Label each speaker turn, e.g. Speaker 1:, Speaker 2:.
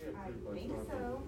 Speaker 1: I
Speaker 2: Everybody's
Speaker 1: think
Speaker 2: not
Speaker 1: so.